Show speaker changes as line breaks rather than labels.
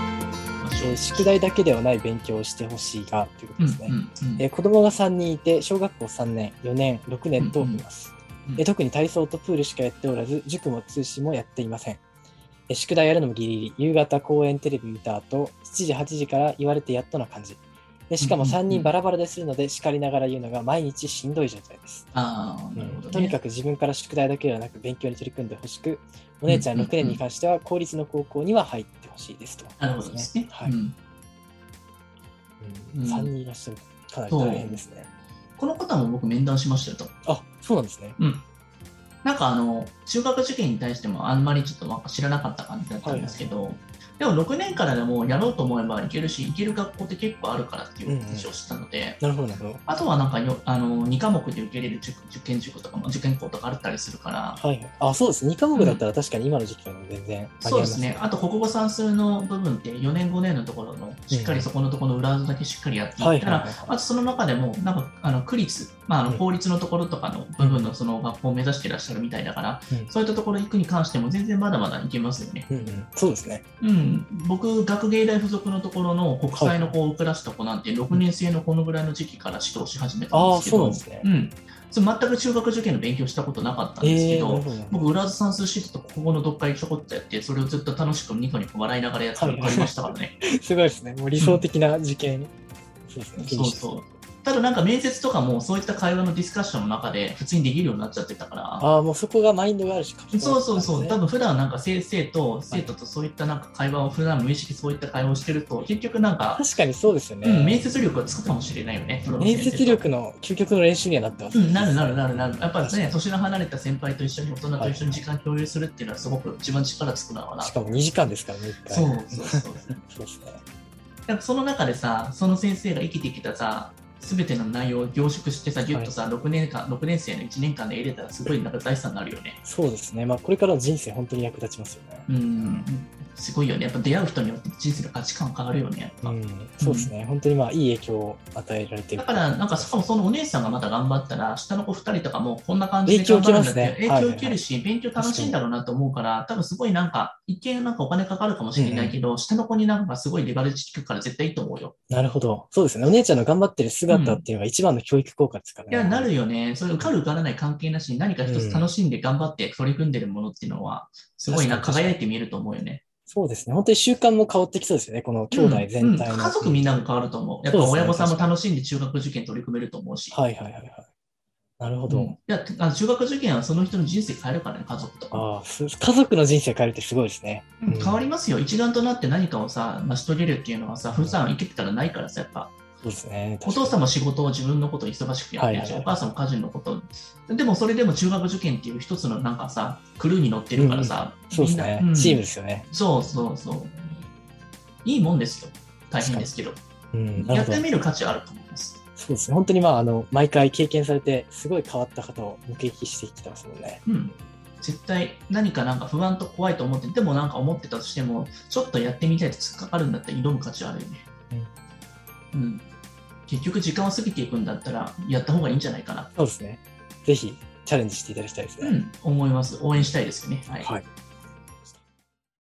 えー宿題だけではない勉強をしてほしいがということ
うん
ですね。
うんうん
えー子供が3人いて、小学校3年、4年、6年といます。
うんうん
えー特に体操とプールしかやっておらず、塾も通信もやっていません。えー宿題やるのもギリギリ、夕方公園テレビ見た後、7時、8時から言われてやっとな感じ。でしかも
うんうん
3人バラバラでするので、叱りながら言うのが毎日しんどい状態です。
ああ、なるほど、ね。
とにかく自分から宿題だけではなく勉強に取り組んでほしく、お姉ちゃん
うんうん
6年に関しては公立の高校には入ってほしいですと。
なるほどですね。
はい
うんうん
3人いらっしゃるかなり大変ですね。
この方も僕面談しましたよと。
あそうなんですね。
うん。なんかあの中学受験に対してもあんまりちょっとわ知らなかった感じだったんですけど、でも6年からでもやろうと思えばいけるしいける学校って結構あるからっていう話をしたので、
なるほど、なるほど。
あとはなんかよあの2科目で受けれる塾受験塾とかも受験校とかあったりするから、
はい。あ、そうです。2科目だったら確かに今の時期は全然間に合
そう
いま
ですすね、あと国語算数の部分って4年、5年のところの、しっかりそこのところの裏技だけしっかりやっていったら、
はいはいはいはい
あとその中でも、なんかあの区立、まあ、あの
うん
法律のところとかの部分のその学校を目指していらっしゃるみたいだから、
うん
そういったところ行くに関しても、全然まだまだいけますよね。
うんうん、そうですね。
うん、僕、学芸大附属のところの国際の子を受らした子なんて、6年生のこのぐらいの時期から指導し始めたんですけど、
あーそうなんですね
んそれ全く中学受験の勉強したことなかったんです
え
け
ー、
ど、
なるほどなるほど。
僕、裏ず算数シートと国語の読解ちょこっとやって、それをずっと楽しくニコニコ笑いながらやって
はい
受かりましたからね。
すごいですね。もう理想的な受験。そうですね。
そうそう。ただなんか面接とかもそういった会話のディスカッションの中で普通にできるようになっちゃってたから、
ああ、もうそこがマインドがあるし、書き込みがあ
そう
るん
そう
ですね
そう、多分普段なんか先生と生徒とそういったなんか会話を普段無意識そういった会話をしてると、結局なんか、
確かにそうですよね。
うん、面接力がつくかもしれないよね。プロの先
面
生と
接力の究極の練習にはなってます、
うん、なるなるなるなる。やっぱ
確か
ね
に、
年の離れた先輩と一緒に大人と一緒に時間共有するっていうのはすごく一番力つくだろうな。
し
そ
かも2時間ですからね、1回。
うそうそう。
そうですね。
なんかその中でさ、その先生が生きてきたさ、すべての内容を凝縮してさ、ぎゅっとさ、6年間、6年生の1年間で入れたら、すごいなんか財産になるよね。
そうですね。まあ、これからの人生、本当に役立ちますよね。
うん、すごいよね。やっぱ出会う人によって人生の価値観変わるよね、やっぱ。
うん、そうですね。本当にまあ、いい影響を与えられてい
だ
る
から、なんか、しかもそのお姉さんがまた頑張ったら、下の子2人とかもこんな感じで
影響
頑
受けま
張るんだっ
す
て
ね
影響を受けるし、勉強楽しいんだろうなと思うから、多分すごいなんか、一見なんかお金かかるかもしれないけど、下の子になんかすごいレバレッジ効くから絶対いいと思うよ。
なるほど。そうですね。お姉ちゃんの頑張ってる姿っていうのが一番の教育効果ですから
い
ね。
や、なるよね。それ受かる受からない関係なしに、何か一つ楽しんで頑張って取り組んでるものっていうのは、すごいな、
確かに
輝いて見えると思うよね。
そうですね。本当に習慣も変わってきそうですよね。この兄弟全体の。
うんうん家族みんなが変わると思う。やっぱ親御さんも楽しんで中学受験取り組めると思うし。
はいはいはいはい。なるほ
う
ど。
んいやあの中学受験はその人の人生変えるからね、家族とか。
ああ、す家族の人生変えるってすごいですね。
うん変わりますよ。一丸となって何かをさ、成し遂げるっていうのはさ、普段生きてたらないからさ、やっぱ。
そうですね。
お父さんも仕事を自分のことを忙しくやってる
はいは
し、
いはい
お母さんも家事のことを。でもそれでも中学受験っていう一つのなんかさ、クルーに乗ってるからさ、
そうで
み
す
んな
ね、
うん
チームですよね。
そうそうそう。いいもんですよ。大変ですけど。
うん、なる
やっ
ほ
て
ど。
みる価値あると思います。
そうですね。本当にまあ、あの、毎回経験されて、すごい変わった方を目撃してきてますもんね。
うん。絶対何かなんか不安と怖いと思って、でもなんか思ってたとしても、ちょっとやってみたいと突っかかるんだったら挑む価値あるよね。うん。結局時間を過ぎていくんだったら、やった方がいいんじゃないかな。
そうですね。ぜひ、チャレンジしていただきたいです
う
ね。
ん、思います。応援したいですよね。はい。
はい。